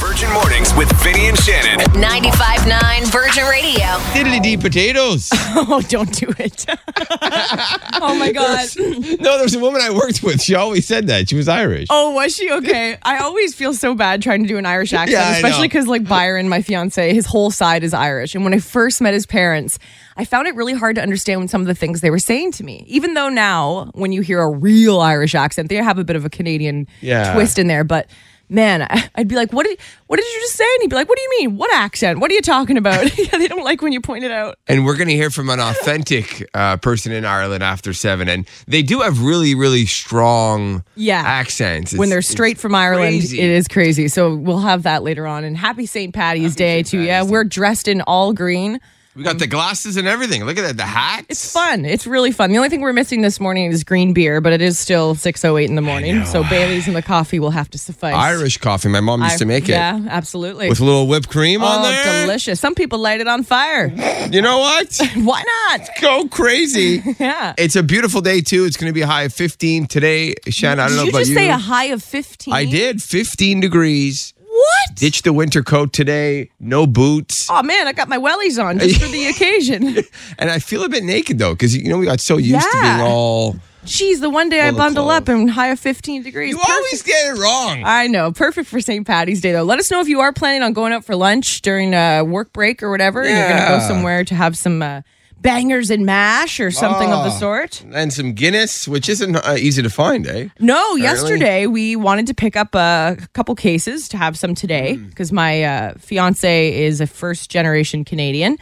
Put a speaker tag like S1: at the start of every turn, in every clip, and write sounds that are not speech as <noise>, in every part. S1: Virgin Mornings with Vinny and Shannon.
S2: 95.9 Virgin Radio.
S3: Diddly dee
S4: <laughs>
S3: potatoes.
S4: Oh, don't do
S3: <laughs>
S4: it. oh my god.
S3: no, there's a woman I worked with. She always said that. She was Irish.
S4: Oh, was she okay? I always feel so bad trying to do an Irish accent,
S3: Yeah, I
S4: especially
S3: know.
S4: because like Byron, my fiance, his whole side is Irish. And when I first met his parents, I found it really hard to understand when some of the things they were saying to me. Even though now, when you hear a real Irish accent, they have a bit of a Canadian
S3: Yeah.
S4: twist in there, but. Man, <laughs> I- I'd be like, what did, what did you just say? And he'd be like, what do you mean? What accent? What are you talking about? <laughs> yeah, they don't like when you point it out.
S3: And we're going to hear from an authentic uh, person in Ireland after seven. And they do have really, really strong
S4: Yeah.
S3: accents.
S4: when they're
S3: It's-
S4: straight from Ireland,
S3: crazy.
S4: it is crazy. So we'll have that later on. And happy St. Patty's Day too. yeah, we're dressed in all green.
S3: We got the glasses and everything. Look at that. The hats.
S4: It's fun. It's really fun. The only thing we're missing this morning is green beer, but it is still six oh eight in the morning. So Bailey's and the coffee will have to suffice.
S3: Irish coffee. My mom used
S4: I-
S3: to make it
S4: Yeah, absolutely.
S3: with a little whipped cream on
S4: oh,
S3: there.
S4: delicious. Some people light it
S3: <laughs>
S4: on fire.
S3: You know
S4: <laughs>
S3: what?
S4: Why not?
S3: Go
S4: <laughs>
S3: crazy.
S4: Yeah.
S3: It's a beautiful day, too. It's going to be a high of 15 today. Shannon, I don't
S4: Did
S3: know
S4: you
S3: about
S4: just
S3: you.
S4: say a high of fifteen?
S3: I did. 15 degrees.
S4: What?
S3: Ditch the winter coat today. No boots.
S4: oh man, I got my wellies on just
S3: <laughs>
S4: for the occasion.
S3: And I feel a bit naked though, because you know we got so used to
S4: Yeah.
S3: being all.
S4: Jeez, the one day I
S3: the
S4: bundle
S3: clothes.
S4: up and high of 15 degrees.
S3: You
S4: Perfect.
S3: always get it wrong.
S4: <laughs> I know. Perfect for St. Patty's Day, though. Let us know if you are planning on going out for lunch during a work break or whatever, and you're going to
S3: Yeah.
S4: go somewhere to have some uh, bangers and mash or something of the
S3: Ah.
S4: sort.
S3: And some Guinness, which isn't uh, easy to find, eh?
S4: No, yesterday we wanted to pick up a couple cases to have some today
S3: Hmm.
S4: because my uh, fiance is a first generation Canadian.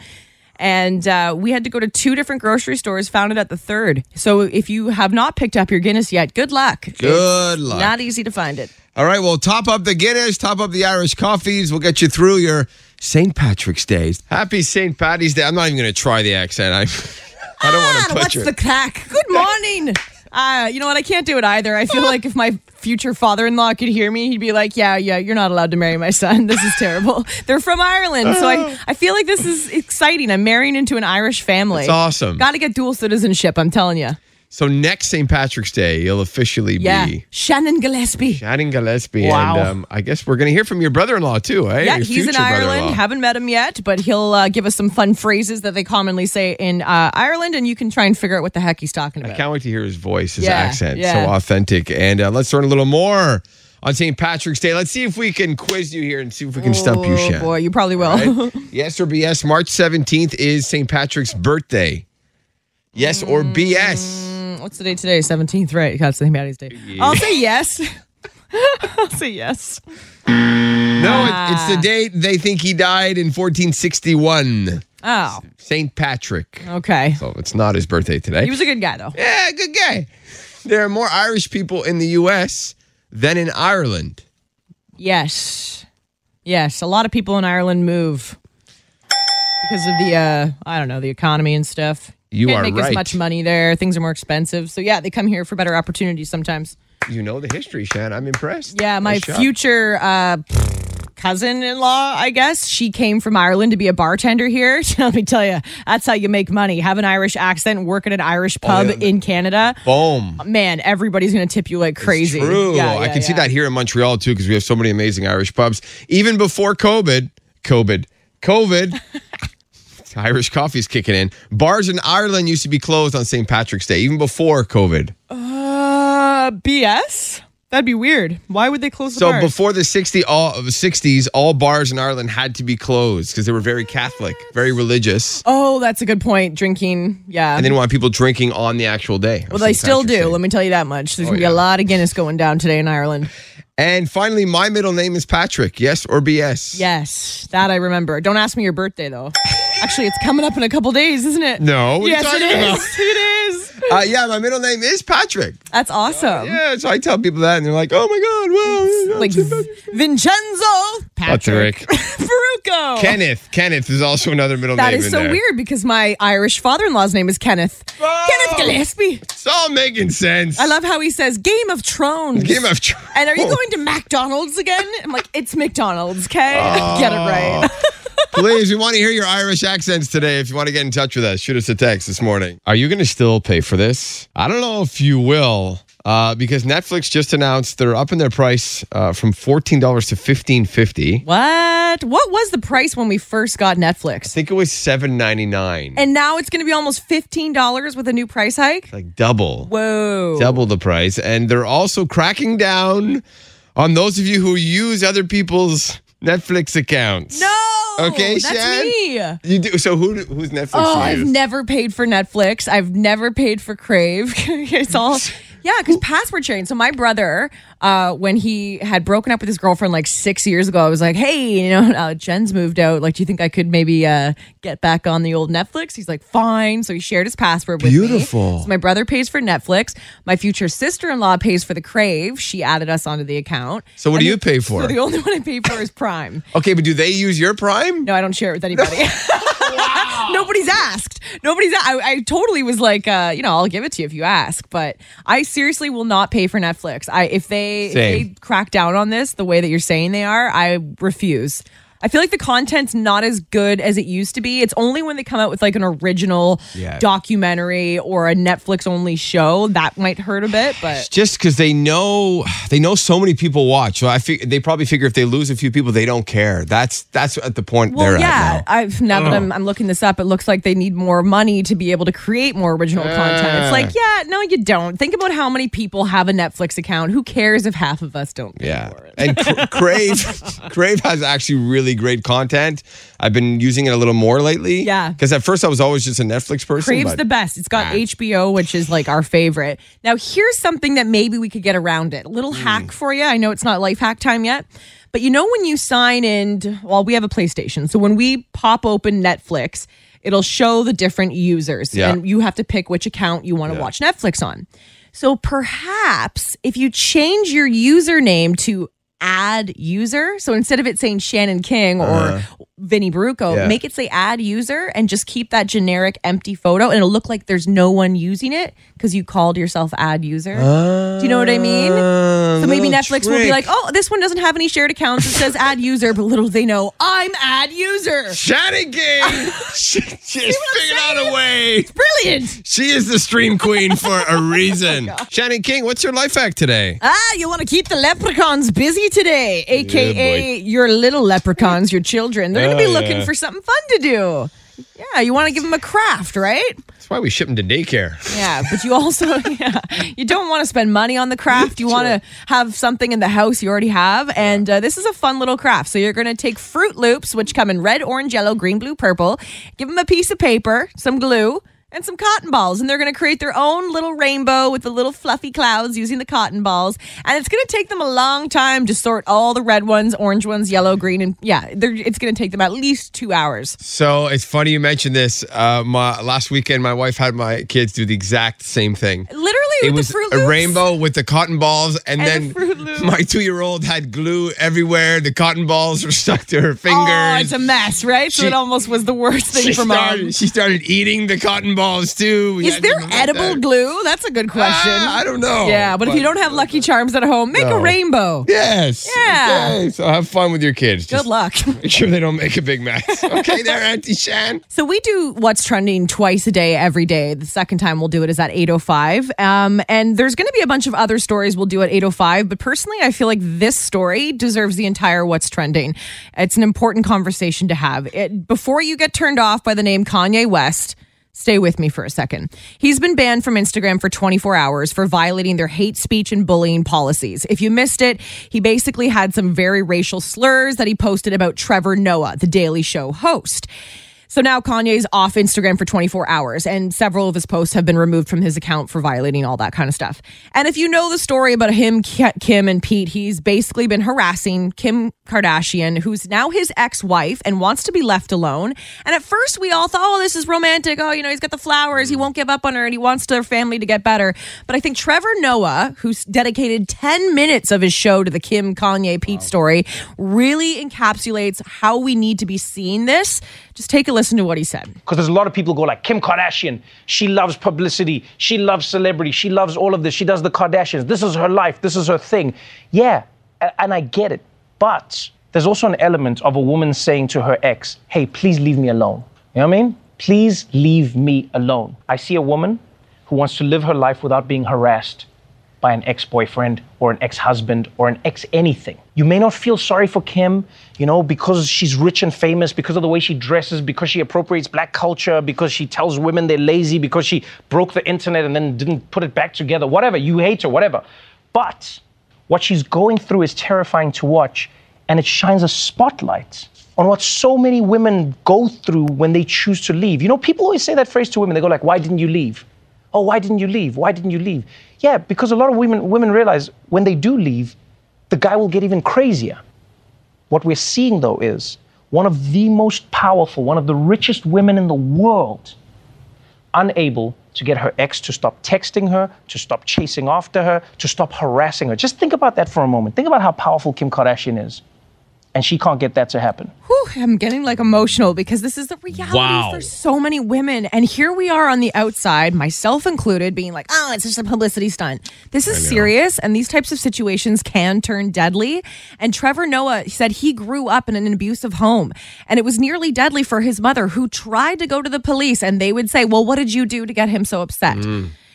S4: And uh, we had to go to two different grocery stores, found it at the third. So if you have not picked up your Guinness yet, good luck.
S3: Good luck.
S4: Not easy to find it.
S3: All right, well, top up the Guinness, top up the Irish coffees. We'll get you through your St. Patrick's Day. Happy St. Patty's Day. I'm not even going to try the accent. <laughs> I, I don't want to
S4: Ah, what's
S3: butcher.
S4: the
S3: it.
S4: crack? Good morning. Uh, you know what? I can't do it either. I feel like if my future father-in-law could hear me, he'd be like, "Yeah, yeah, you're not allowed to marry my son. <laughs> This is terrible. They're from Ireland, so
S3: Oh.
S4: I, I feel like this is exciting. I'm marrying into an Irish family.
S3: That's awesome.
S4: Got to get dual citizenship. I'm telling you.
S3: so next St. Patrick's Day, you'll officially
S4: Yeah,
S3: be
S4: Shannon Gillespie.
S3: Shannon Gillespie.
S4: Wow.
S3: And um, I guess we're going to hear from your brother-in-law too, eh?
S4: Yeah,
S3: Your
S4: he's in
S3: future brother-in-law.
S4: Ireland. Haven't met him yet, but he'll uh, give us some fun phrases that they commonly say in uh, Ireland, and you can try and figure out what the heck he's talking
S3: I
S4: about.
S3: can't wait to hear his voice, his
S4: Yeah,
S3: accent.
S4: yeah.
S3: So authentic. And uh, let's learn a little more on St. Patrick's Day. Let's see if we can quiz you here and see if we can stump you,
S4: Oh
S3: Shannon.
S4: boy, you probably will.
S3: Right? <laughs> yes or BS, March 17th is St. Patrick's birthday. Yes or
S4: Mm.
S3: BS.
S4: What's the date today? Seventeenth, right? God, St. Patty's Day. I'll say yes. <laughs> I'll say yes.
S3: No, it,
S4: Ah.
S3: it's the date they think he died in 1461.
S4: Oh,
S3: St. Patrick.
S4: okay.
S3: So it's not his birthday today.
S4: He was a good guy, though.
S3: yeah, good guy. There are more Irish people in the U.S. than in Ireland.
S4: Yes, yes. A lot of people in Ireland move because of the uh, I don't know the economy and stuff.
S3: You
S4: Can't
S3: are
S4: make
S3: right.
S4: as much money there. Things are more expensive, so yeah, they come here for better opportunities sometimes.
S3: You know the history, Shan. I'm impressed.
S4: Yeah, my
S3: Nice job.
S4: future uh, cousin-in-law, I guess, she came from Ireland to be a bartender here. <laughs> Let me tell you, that's how you make money. Have an Irish accent, work at an Irish pub
S3: Oh, yeah.
S4: in Canada.
S3: Boom.
S4: Man, everybody's going to tip you like crazy.
S3: True.
S4: Yeah,
S3: I
S4: yeah,
S3: can see
S4: yeah.
S3: that here in Montreal too, because we have so many amazing Irish pubs. Even before COVID, COVID, COVID, <laughs> Irish coffee's kicking in. Bars in Ireland used to be closed on St. Patrick's Day, even before COVID.
S4: Uh, BS? That'd be weird. Why would they close the
S3: So
S4: bar?
S3: before the 60 all, 60s, all bars in Ireland had to be closed because they were very Catholic, very religious.
S4: oh, that's a good point. Drinking, yeah.
S3: And they didn't want people drinking on the actual day. of
S4: well, they
S3: St.
S4: still
S3: Patrick's
S4: do.
S3: Day.
S4: Let me tell you that much. There's
S3: Oh,
S4: going to
S3: yeah.
S4: be a lot of Guinness going down today in Ireland.
S3: And finally, my middle name is Patrick. Yes or BS?
S4: Yes, that I remember. Don't ask me your birthday though. Actually, it's coming up in a couple days, isn't it?
S3: No, what are you
S4: yes, it
S3: talking
S4: is.
S3: about?
S4: It is.
S3: Uh, yeah, my middle name is Patrick.
S4: That's awesome.
S3: Yeah, so I tell people that, and they're like, "Oh my god, well,
S4: Like Vincenzo, Patrick,
S3: <laughs>
S4: Ferrucco.
S3: Kenneth." Kenneth is also another middle
S4: That
S3: name.
S4: is
S3: in
S4: so
S3: there.
S4: weird because my Irish father-in-law's name is Kenneth.
S3: Oh!
S4: Kenneth Gillespie.
S3: It's all making sense.
S4: I love how he says Game of Thrones.
S3: Game of Oh. Thrones.
S4: And are you going to McDonald's again? I'm like, it's McDonald's, okay? <laughs> Get
S3: Oh.
S4: it right. <laughs>
S3: Please, we want to hear your Irish accents today. If you want to get in touch with us, shoot us a text this morning. Are you going to still pay for this? I don't know if you will. uh, because Netflix just announced they're upping their price uh, from fourteen dollars to fifteen fifty. I
S4: What? What was the price when we first got Netflix?
S3: think it was seven ninety nine,
S4: And now it's going to be almost $15 with a new price hike?
S3: like double.
S4: Whoa.
S3: double the price. And they're also cracking down on those of you who use other people's Netflix accounts.
S4: No.
S3: Okay,
S4: That's
S3: Shan?
S4: me.
S3: You do so. Who do- who's Netflix?
S4: Oh,
S3: do you
S4: I've
S3: use?
S4: never paid for Netflix. I've never paid for Crave. <laughs> it's all yeah, because password sharing. So my brother, uh, when he had broken up with his girlfriend like six years ago, I was like, hey, you know, <laughs> uh, Jen's moved out. Like, do you think I could maybe uh, get back on the old Netflix? He's like, fine. So he shared his password with me.
S3: Beautiful.
S4: So my brother pays for Netflix. My future sister-in-law pays for the Crave. She added us onto the account.
S3: So what
S4: And
S3: do you
S4: the-
S3: pay for?
S4: <laughs> So the only one I pay for is Prime.
S3: okay, but do they use your Prime?
S4: No, I don't share it with anybody. <laughs> Nobody's asked. Nobody's. a- I, I totally was like, uh, you know, I'll give it to you if you ask, but I seriously will not pay for Netflix. I if they if
S3: Same.
S4: they crack down on this the way that you're saying they are, I refuse. I feel like the content's not as good as it used to be. It's only when they come out with like an original
S3: Yeah.
S4: documentary or a Netflix only show that might hurt a bit, but
S3: It's just because they know they know so many people watch. So I fig- they probably figure if they lose a few people, they don't care. That's that's at the point
S4: Well,
S3: they're at
S4: yeah.
S3: now.
S4: I've now that I'm, I'm looking this up, it looks like they need more money to be able to create more original content. It's like, yeah, no, you don't. Think about how many people have a Netflix account. Who cares if half of us don't? pay
S3: Yeah,
S4: for it?
S3: and
S4: <laughs>
S3: Cra- Crave, Crave has actually really great content. I've been using it a little more lately.
S4: Yeah.
S3: because at first I was always just a Netflix person.
S4: Crave's
S3: but-
S4: the best. It's got HBO, which is like our favorite. Now, here's something that maybe we could get around it. A little
S3: Hmm.
S4: hack for you. I know it's not life hack time yet, but you know when you sign in, to- well, we have a PlayStation. So when we pop open Netflix, it'll show the different users
S3: Yeah.
S4: and you have to pick which account you want to watch Netflix on. So perhaps if you change your username to add user, so instead of it saying Shannon King or Vinnie Baruco,
S3: Uh-huh. Yeah.
S4: make it say add user and just keep that generic empty photo and it'll look like there's no one using it because you called yourself ad user. Do you know what I mean?
S3: Ah,
S4: So maybe
S3: Uh, little
S4: Netflix will be
S3: trick.
S4: like, oh, this one doesn't have any shared accounts. It says ad user, but little do they know I'm ad user.
S3: Shannon
S4: <laughs>
S3: King. she, she's figured out a way.
S4: Brilliant.
S3: She is the stream queen for
S4: <laughs> Oh
S3: a reason. Shannon King, what's your life hack today?
S4: Ah, you want to keep the leprechauns busy today, aka
S3: boy.
S4: your little leprechauns, your children. They're going to
S3: Oh,
S4: be looking
S3: yeah.
S4: for something fun to do. Yeah, you want to give them a craft, right?
S3: That's why we ship him to daycare.
S4: Yeah, but you also <laughs> yeah, you don't want to spend money on the craft. You want to have something in the house you already have, and uh, this is a fun little craft. So you're going to take Fruit Loops, which come in red, orange, yellow, green, blue, purple. Give them a piece of paper, some glue. And some cotton balls, and they're going to create their own little rainbow with the little fluffy clouds using the cotton balls. And it's going to take them a long time to sort all the red ones, orange ones, yellow, green, and yeah, they're, it's going to take them at least two hours.
S3: So it's funny you mentioned this. Uh, my, last weekend, my wife had my kids do the exact same thing.
S4: Literally,
S3: It
S4: with
S3: was
S4: the Fruit Loops.
S3: a rainbow with the cotton balls, and,
S4: And the
S3: then
S4: Froot Loops.
S3: my two-year-old had glue everywhere. The cotton balls were stuck to her fingers.
S4: Oh, it's a mess, right? so
S3: She-
S4: it almost was the worst thing
S3: she
S4: for mom.
S3: started, she started eating the cotton balls too. We had
S4: Is
S3: to
S4: there
S3: prevent
S4: edible
S3: that.
S4: glue? That's a good question.
S3: Ah, I don't know.
S4: yeah, but, if you don't have Lucky Charms at home, make
S3: No.
S4: a rainbow.
S3: Yes.
S4: Yeah.
S3: Okay, so have fun with your kids.
S4: Good
S3: Just
S4: luck.
S3: make sure they don't make a big
S4: <laughs>
S3: mess. Okay, there, Auntie Shan.
S4: so we do what's trending twice a day, every day. The second time we'll do it is at 8.05. Um, and there's going to be a bunch of other stories we'll do at 8.05. But personally, I feel like this story deserves the entire what's trending. It's an important conversation to have. It, before you get turned off by the name Kanye West, Stay with me for a second. He's been banned from Instagram for 24 hours for violating their hate speech and bullying policies. If you missed it, he basically had some very racial slurs that he posted about Trevor Noah, the Daily Show host. So now Kanye's off Instagram for 24 hours, and several of his posts have been removed from his account for violating all that kind of stuff. And if you know the story about him, Ki- Kim, and Pete, he's basically been harassing Kim Kardashian, who's now his ex wife and wants to be left alone. And at first, we all thought, oh, this is romantic. Oh, you know, he's got the flowers. He won't give up on her and he wants their family to get better. But I think Trevor Noah, who's dedicated 10 minutes of his show to the Kim Kanye Pete story, really encapsulates how we need to be seeing this. Just take a listen to what he said.
S5: because there's a lot of people go like Kim Kardashian. She loves publicity. She loves celebrity. She loves all of this. She does the Kardashians. This is her life. This is her thing. Yeah, a- and I get it. But there's also an element of a woman saying to her ex, "Hey, please leave me alone." You know what I mean? Please leave me alone. I see a woman who wants to live her life without being harassed by an ex boyfriend or an ex husband or an ex anything. You may not feel sorry for Kim, you know, because she's rich and famous, because of the way she dresses, because she appropriates black culture, because she tells women they're lazy, because she broke the internet and then didn't put it back together, whatever. You hate her, whatever. But what she's going through is terrifying to watch, and it shines a spotlight on what so many women go through when they choose to leave. You know, people always say that phrase to women. They go like, "Why didn't you leave?" Oh, why didn't you leave? Why didn't you leave? Yeah, because a lot of women women realize when they do leave, the guy will get even crazier. What we're seeing though is one of the most powerful, one of the richest women in the world unable to get her ex to stop texting her, to stop chasing after her, to stop harassing her. Just think about that for a moment. Think about how powerful Kim Kardashian is. And she can't get that to happen.
S4: Whew, I'm getting like emotional because this is the reality
S6: Wow.
S4: for so many women. And here we are on the outside, myself included, being like, oh, it's just a publicity stunt. This is serious. And these types of situations can turn deadly. And Trevor Noah said he grew up in an abusive home and it was nearly deadly for his mother, who tried to go to the police and they would say, well, what did you do to get him so upset?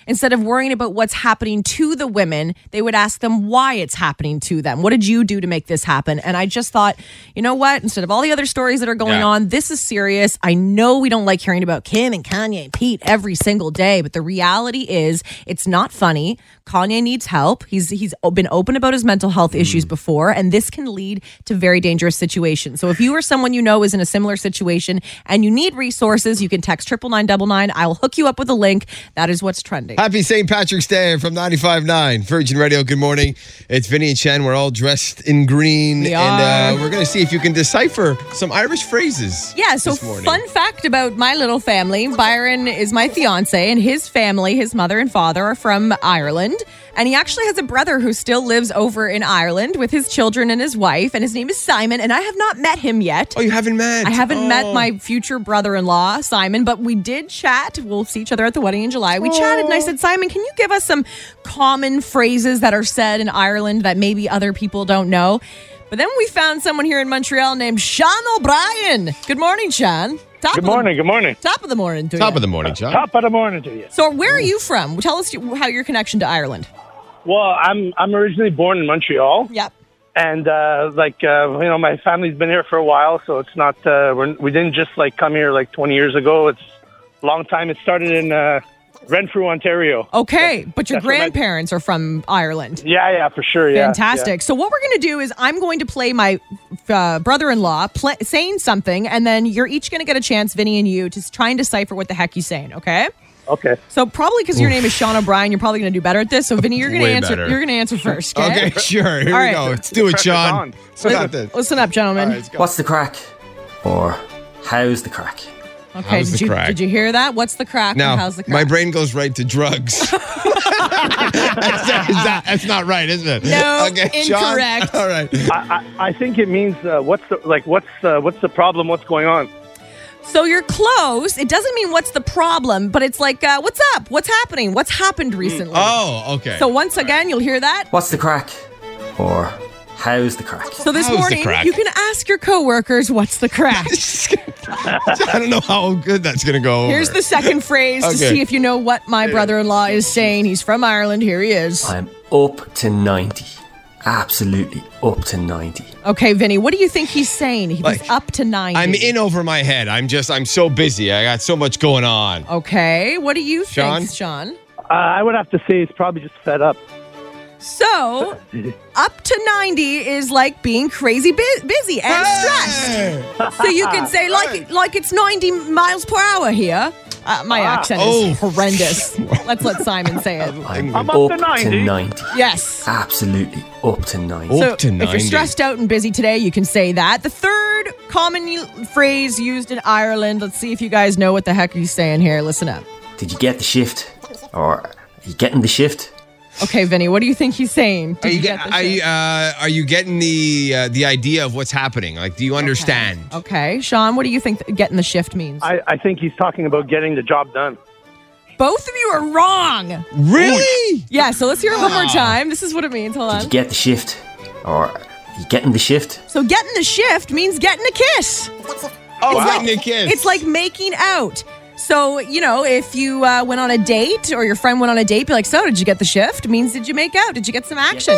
S4: Instead of worrying about what's happening to the women, they would ask them why it's happening to them. What did you do to make this happen? And I just thought, you know what? Instead of all the other stories that are going
S6: Yeah.
S4: on, this is serious. I know we don't like hearing about Kim and Kanye and Pete every single day, but the reality is it's not funny. Kanye needs help. He's he's o- been open about his mental health issues before, and this can lead to very dangerous situations. So if you or someone you know is in a similar situation and you need resources, you can text triple nine double nine. I will hook you up with a link. That is what's trending.
S3: Happy St. Patrick's Day from 95.9 Virgin Radio. Good morning. It's Vinny and Chen. We're all dressed in green.
S4: We
S3: and
S4: are.
S3: uh, we're going to see if you can decipher some Irish phrases.
S4: Yeah, so
S3: this morning.
S4: fun fact about my little family Byron is my fiance, and his family, his mother and father, are from Ireland. And he actually has a brother who still lives over in Ireland with his children and his wife, and his name is Simon, and I have not met him yet.
S3: Oh, you haven't met?
S4: I haven't
S3: Oh.
S4: met my future brother in law, Simon, but we did chat. We'll see each other at the wedding in July. We chatted and I said, Simon, can you give us some common phrases that are said in Ireland that maybe other people don't know? But then we found someone here in Montreal named Sean O'Brien. Good morning, Sean. Top
S7: Good
S4: of the-
S7: morning. Good morning.
S4: top of the morning to
S3: Top
S4: ya.
S3: of the morning, John.
S7: Top of the Mm. morning to you.
S4: So, where are you from? Tell us how your connection to Ireland.
S7: Well, I'm I'm originally born in Montreal,
S4: Yep.
S7: and uh, like uh, you know, my family's been here for a while, so it's not uh, we're, we didn't just like come here like 20 years ago. It's a long time. It started in uh, Renfrew, Ontario.
S4: Okay, but your
S7: that's what my-
S4: grandparents are from Ireland.
S7: Yeah, yeah, for sure. Yeah,
S4: Fantastic. So what we're going to do is I'm going to play my uh, brother-in-law pla saying something, and then you're each going to get a chance, Vinny and you, to s- try and decipher what the heck he's saying. Okay.
S7: yeah. Okay.
S4: So probably because your name is Sean O'Brien, you're probably going to do better at this. So Vinny, you're going to
S3: Way
S4: answer.
S3: better.
S4: You're going to answer
S3: <laughs>
S4: first. Okay.
S3: Okay, sure. Here
S4: All
S3: we
S4: right.
S3: go. Let's do it,
S7: pressure's
S3: Sean.
S7: on.
S3: Let's got this.
S4: Listen up, gentlemen.
S3: All right, let's go.
S8: What's the crack? Or how's the crack?
S4: okay.
S3: How's
S4: Did
S3: the
S4: you,
S3: crack?
S4: did you hear that? What's the crack? and
S3: Now,
S4: how's the crack?
S3: my brain goes right to
S4: <laughs>
S3: drugs. that's, not, it's not- that's not right, isn't it?
S4: No,
S3: okay, Sean.
S4: incorrect.
S3: All right.
S7: I, I, I think it means uh, what's the like what's uh, what's the problem? What's going on?
S4: So you're close. It doesn't mean what's the problem, but it's like uh, what's up? What's happening? What's happened recently?
S3: Oh, okay.
S4: So once again, you'll hear that.
S8: What's the crack? Or how's the crack?
S4: So this
S3: How's the
S4: morning,
S3: crack?
S4: you can ask your coworkers what's
S3: <laughs>
S4: the crack.
S3: I don't know how good that's going to go. over.
S4: Here's the second phrase to
S3: Okay.
S4: see if you know what my brother in law is saying. He's from Ireland. Here he is.
S8: I'm up to 90. Absolutely up to 90.
S4: Okay, Vinny, what do you think he's saying? He's
S3: Like,
S4: up to 90.
S3: I'm in over my head. I'm just, I'm so busy. I got so much going on.
S4: Okay, what do you
S3: Sean?
S4: think, Sean?
S7: Uh, I would have to say it's probably just fed up.
S4: So, up to 90 is like being crazy bu- busy and stressed.
S3: Hey!
S4: So you could
S3: <laughs>
S4: say, like, like it's 90 miles per hour here. Uh, my accent
S3: Oh. <laughs>
S4: is horrendous. Let's let Simon say it.
S8: I'm,
S7: I'm
S8: up,
S7: up to
S8: to
S7: 90.
S8: 90.
S4: Yes.
S8: Absolutely up to 90.
S3: Oh.
S4: So
S3: Up to
S4: if you're
S3: 90.
S4: stressed out and busy today, you can say that. The third common u- phrase used in Ireland. Let's see if you guys know what the heck he's saying here. Listen up.
S8: Did you get the shift? Or are you getting the shift?
S4: Okay, Vinny, what do you think he's saying? Did
S3: Are you,
S4: get
S3: get,
S4: the
S3: are, you,
S4: gist?
S3: uh, are you getting the uh, the idea of what's happening? Like, do you understand?
S4: Okay, Sean, what do you think th- getting the shift means?
S7: I, I think he's talking about getting the job done.
S4: Both of you are wrong.
S3: Really?
S4: Yeah, so let's hear it one more time. This is what it means. Hold
S8: Did you
S4: on.
S8: get the shift? Or are you getting the shift?
S4: So getting the shift means getting a kiss.
S3: Oh, wow. getting a kiss.
S4: It's like making out. So, you know, if you uh, went on a date or your friend went on a date, be like, so did you get the shift? Means did you make out? Did you get some action?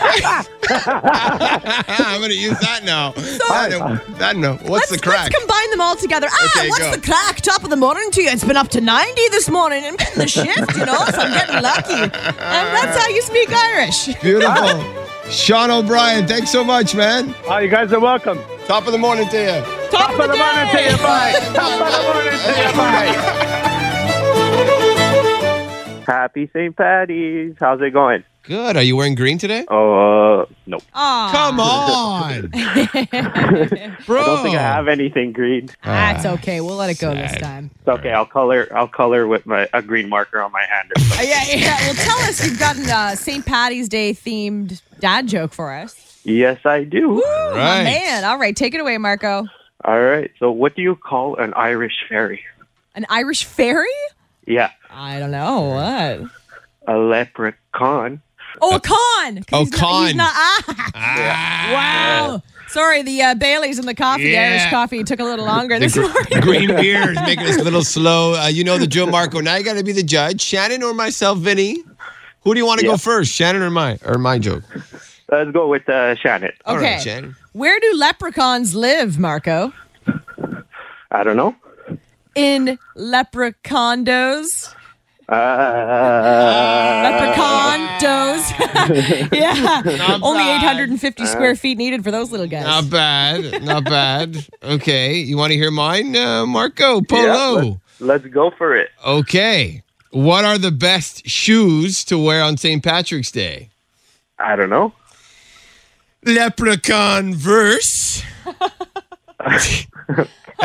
S3: Ah, I'm going to use that now.
S4: <laughs>
S3: I don't, that no. What's
S4: Let's,
S3: the crack?
S4: let's combine them all together. Ah,
S3: Okay,
S4: what's
S3: go.
S4: the crack? Top of the morning to you. It's been up to 90 this morning. I'm getting the shift, you know, so I'm getting lucky. And that's how you speak Irish.
S3: Beautiful. Sean O'Brien, thanks so much, man.
S7: Oh, you guys are welcome.
S3: Top of the morning to you.
S4: Top, of the,
S7: morning to you, bye. Top of the morning to you, bye.
S6: Happy St. Patty's. How's it going?
S3: Good. Are you wearing green today?
S6: Uh, no.
S4: Aw,
S3: Come <laughs> on. Bro.
S6: I don't think I have anything green.
S4: That's okay. We'll let it go this time.
S6: It's okay. I'll color. I'll color with my a green marker on my hand. Or
S4: Uh,
S6: something.
S4: Yeah, yeah. Well, tell us you've got a uh, St. Patty's Day themed dad joke for us.
S6: yes, I do.
S4: Ooh, my
S3: Right.
S4: man. All right, take it away, Marco.
S6: All right. So, what do you call an Irish fairy?
S4: An Irish fairy?
S6: Yeah,
S4: I don't know what.
S6: a leprechaun.
S4: Oh, a con. 'Cause
S3: Oh,
S4: he's Not, he's
S3: con.
S4: not, ah, wow. Sorry, the uh, Bailey's and the coffee, the
S3: Yeah.
S4: Irish coffee, took a little longer <laughs> this morning.
S3: <laughs> Green beer is making us a little slow. Uh, you know the Joe Marco. Now you got to be the judge. Shannon or myself, Vinny. Who do you want to go
S6: Yeah.
S3: first, Shannon or my or my joke?
S6: Let's go with uh, Shannon.
S3: All
S4: Okay.
S3: right, Shannon.
S4: Where do leprechauns live, Marco?
S6: I don't know.
S4: In leprechaundos.
S6: Uh,
S4: Leprechaundos. <laughs> yeah.
S3: Not
S4: Only
S3: bad. Uh.
S4: 850 square feet needed for those little guys. <laughs>
S3: Not bad. Not bad. <laughs> Okay. You want to hear mine, uh, Marco
S6: yeah,
S3: Polo?
S6: let's, let's go for it.
S3: okay. What are the best shoes to wear on St. Patrick's Day?
S6: I don't know.
S3: Leprechaun verse.
S4: so
S3: <laughs>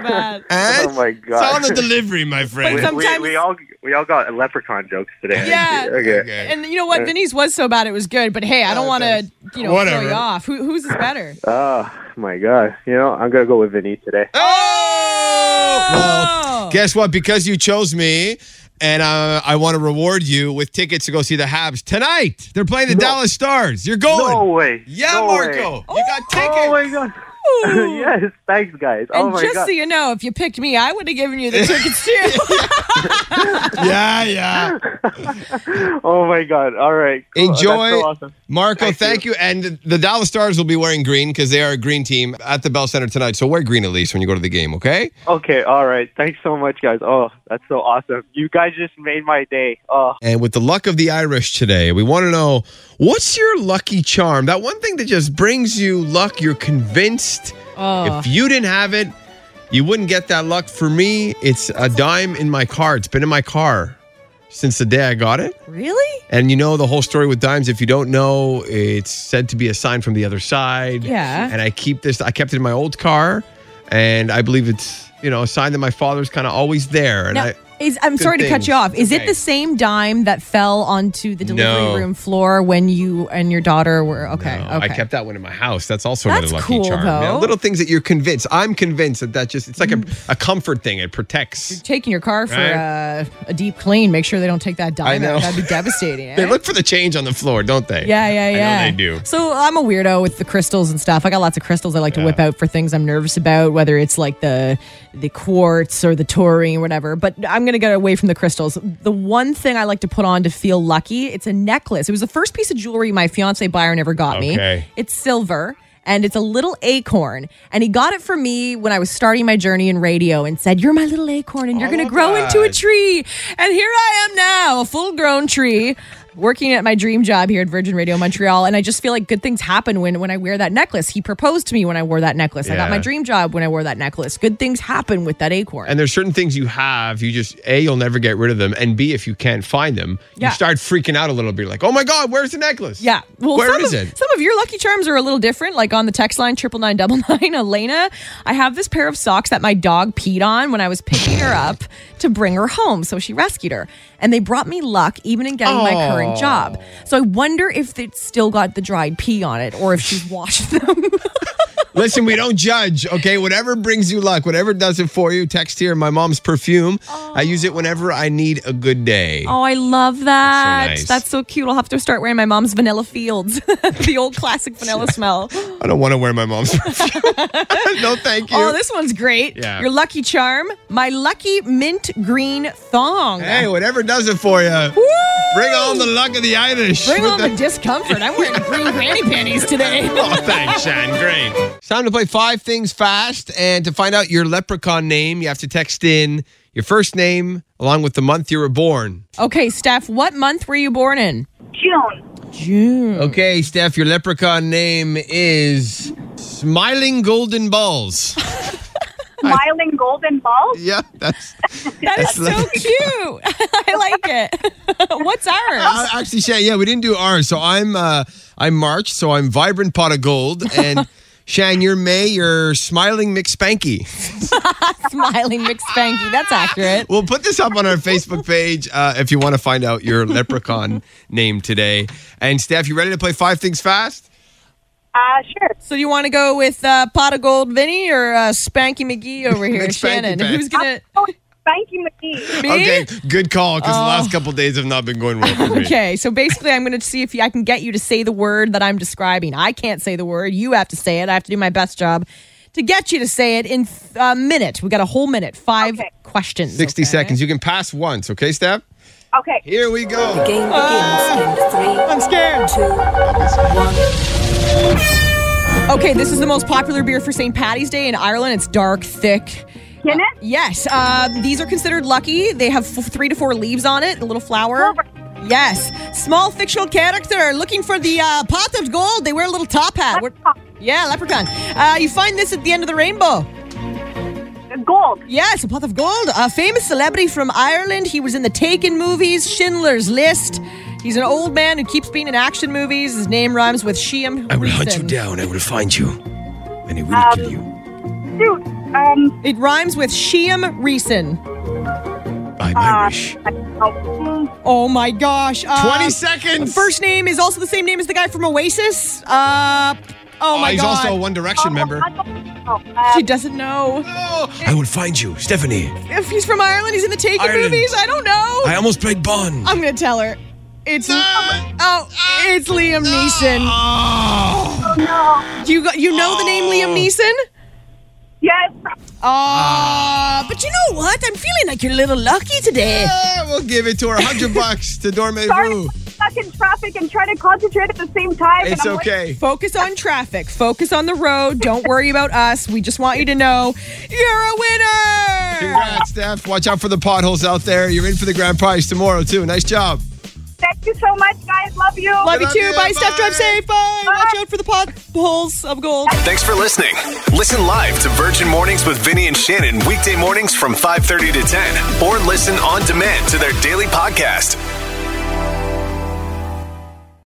S4: bad.
S6: Oh my god.
S3: It's on the delivery, my friend.
S4: But some-
S6: we,
S4: Sometimes-
S6: we all we all got leprechaun jokes today.
S4: Yeah.
S6: Okay.
S3: Okay.
S4: And you know what? Vinny's was so bad it was good, but hey, I don't want to, you know,
S3: Whatever. Uh,
S4: throw you off. Who, whose is better?
S6: Oh my god. You know, I'm gonna go with Vinny today.
S3: Oh!
S4: Oh!
S3: Well, guess what? Because you chose me, and uh, I want to reward you with tickets to go see the Habs tonight. They're playing the Dallas Stars. You're going.
S6: No way.
S3: Oh, Yeah,
S6: No
S3: Marco.
S6: way.
S3: You got tickets.
S6: Oh my god. <laughs> yes, thanks guys. oh
S4: And
S6: my
S4: just
S6: god.
S4: so you know, if you picked me, I would have given you the tickets too.
S3: <laughs> Yeah,
S6: <laughs>
S3: yeah.
S6: oh my god. All right. cool. That's
S3: Enjoy.
S6: so awesome.
S3: Marco, thank,
S6: Thank
S3: you. And the Dallas Stars will be wearing green because they are a green team at the Bell Center tonight. So wear green at least when you go to the game, okay?
S6: Okay, all right. Thanks so much guys. Oh, that's so awesome. You guys just made my day. Oh,
S3: And with the luck of the Irish today, we want to know what's your lucky charm? That one thing that just brings you luck. You're convinced
S4: oh.
S3: if you didn't have it, you wouldn't get that luck. For me, it's a dime in my car. It's been in my car since the day I got it.
S4: <laughs> Really?
S3: And you know the whole story with dimes. If you don't know, it's said to be a sign from the other side.
S4: Yeah.
S3: And I keep this. I kept it in my old car, and I believe it's you know a sign that my father's kind of always there. And
S4: Now,
S3: I
S4: is, I'm
S3: Good
S4: sorry to cut
S3: things.
S4: you off. Is
S3: Okay.
S4: it the same dime that fell onto the delivery
S3: No.
S4: room floor when you and your daughter were okay?
S3: No,
S4: okay.
S3: Oh, I kept that one in my house. That's also
S4: That's
S3: another lucky
S4: cool,
S3: charm.
S4: though.
S3: Yeah, little things that you're convinced. I'm convinced that that just it's like a, a comfort thing. It protects.
S4: Taking your car for
S3: Right.
S4: uh, a deep clean. Make sure they don't take that dime
S3: know.
S4: out. That'd be
S3: <laughs>
S4: devastating. eh?
S3: They look for the change on the floor, don't they?
S4: <laughs> Yeah, yeah, yeah.
S3: I know they do.
S4: So I'm a weirdo with the crystals and stuff. I got lots of crystals I like to whip out for things I'm nervous about, whether it's like the the quartz or the taurine, whatever. But I'm gonna get away from the crystals. The one thing I like to put on to feel lucky, it's a necklace. It was the first piece of jewelry my fiance Byron ever got
S3: Okay.
S4: me. It's silver. And it's a little acorn. And he got it for me when I was starting my journey in radio and said, You're my little acorn and you're
S3: I
S4: going
S3: love
S4: to grow into a
S3: that.
S4: tree. And here I am now, a full grown tree, working at my dream job here at Virgin Radio Montreal. And I just feel like good things happen when, when I wear that necklace. He proposed to me when I wore that necklace. I got my
S3: Yeah.
S4: dream job when I wore that necklace. Good things happen with that acorn.
S3: And there's certain things you have, you just A, you'll never get rid of them. And B, if you can't find them,
S4: Yeah.
S3: you start freaking out a little bit. You're like, oh my God, where's the necklace?
S4: yeah. Well,
S3: Where
S4: some
S3: is
S4: of,
S3: it?
S4: Some of your lucky charms are a little different. Like on the text line, triple nine double nine, <laughs> Elena, I have this pair of socks that my dog peed on when I was picking her <laughs> up to bring her home. So she rescued her. And they brought me luck even in getting my current job. So I wonder if it still got the dried pee on it or if she's washed them.
S3: Listen, we don't judge, okay? Whatever brings you luck, whatever does it for you. Text here, my mom's perfume. I use it whenever I need a good day.
S4: <laughs> Oh, I <laughs> love that.
S3: nice.
S4: That's so cute. I'll have to start wearing my mom's vanilla fields, <laughs> the old classic <laughs> vanilla smell.
S3: I don't want to wear my mom's <laughs> perfume. no, thank you.
S4: Oh, this one's great.
S3: Yeah.
S4: Your lucky charm, my lucky mint green thong.
S3: hey, whatever does it for you.
S4: Woo!
S3: Bring on the luck of the Irish. <laughs>
S4: Bring
S3: With
S4: on
S3: the-
S4: the discomfort. I'm wearing green granny panties today. <laughs>
S3: Oh, thanks, Sean. Great. It's time to play five things fast. And to find out your leprechaun name, you have to text in your first name along with the month you were born.
S4: Okay, Steph, what month were you born in?
S9: June.
S4: June.
S3: Okay, Steph, your leprechaun name is Smiling Golden Balls.
S9: Smiling golden balls.
S3: <laughs> yeah, that's.
S4: That is so
S3: That's-
S4: cute. <laughs> I like it. <laughs>
S3: <laughs>
S4: What's
S3: Uh, <laughs>
S4: ours?
S3: actually, Shan, yeah, we didn't do ours. So I'm uh, I'm March, so I'm Vibrant Pot of Gold.
S4: <laughs>
S3: And Shan, you're May, you're Smiling McSpanky.
S4: Smiling McSpanky. That's accurate.
S3: We'll put this up on our Facebook page uh, if you want to find out your
S4: <laughs>
S3: leprechaun name today. And Steph, you ready to play Five Things Fast?
S9: Uh, sure.
S4: So do you want to go with uh, Pot of Gold Vinny or uh, Spanky McGee
S3: <laughs>
S4: over here,
S3: Spanky
S4: Shannon?
S3: Pants.
S4: Who's going to
S9: Oh, thank you, McGee.
S4: be?
S3: Okay, good call because the
S4: Oh.
S3: last couple days have not been going well for me.
S4: Okay, so basically, I'm going to see if I can get you to say the word that I'm describing. I can't say the word. You have to say it. I have to do my best job to get you to say it in a minute. We got a whole minute, five
S9: Okay.
S4: questions.
S3: 60
S4: okay?
S3: seconds. You can pass once, okay, Steph?
S9: Okay.
S3: Here we go.
S10: Game begins in three,
S4: I'm scared.
S10: two, one.
S4: Okay, this is the most popular beer for St. Patty's Day in Ireland. It's dark, thick.
S9: Guinness.
S4: Yes, uh, these are considered lucky. They have f- three to four leaves on it, a little flower.
S9: Clover.
S4: Yes, small fictional character looking for the uh, pot of gold. They wear a little top hat. We're- yeah, leprechaun. Uh, you find this at the end of the rainbow.
S9: Gold.
S4: Yes, a pot of gold. A famous celebrity from Ireland. He was in the Taken movies, Schindler's List. He's an old man who keeps being in action movies. His name rhymes with Sheam. Reason.
S8: down. I will find you. And I will kill you.
S9: Dude. Um.
S4: It rhymes with Sheam Reason.
S9: Um,
S8: I'm Irish.
S9: I don't know.
S4: Oh my gosh. Uh,
S9: um,
S3: 20 seconds.
S4: First name is also the same name as the guy from Oasis. Uh, oh
S3: Oh,
S4: my
S3: he's
S4: god.
S3: also a One Direction member.
S9: I don't know. Uh,
S4: she doesn't know.
S8: I will find you, Stephanie.
S4: If he's from Ireland, he's in the Taken
S8: Ireland.
S4: movies. I don't know.
S8: I almost played Bond.
S4: I'm gonna tell her. It's oh, it's Liam Neeson.
S3: Oh,
S4: Do you go- you know the name Liam Neeson?
S9: yes.
S4: Ah, but you know what? I'm feeling like you're a little lucky today.
S3: yeah, Ah, we'll give it to
S9: <laughs>
S3: her. 100 bucks to Dorme
S9: Sorry.
S3: Brew.
S9: Stuck in traffic and trying to concentrate at the same time.
S3: It's
S9: and I'm like,
S3: okay.
S4: Focus on traffic. Focus on the road. Don't worry about us. We just want you to know you're a winner.
S3: Congrats, Steph. Watch out for the potholes out there. You're in for the grand prize tomorrow, too. Nice job.
S9: Thank you so much, guys. Love you.
S4: Love you
S3: Love
S4: too.
S3: you.
S4: Bye, Steph. Drive
S3: Bye.
S4: safe. Bye. Watch out for the potholes of gold.
S1: Thanks for listening. Listen live to Virgin Mornings with Vinny and Shannon weekday mornings from 5:30 to 10 or listen on demand to their daily podcast.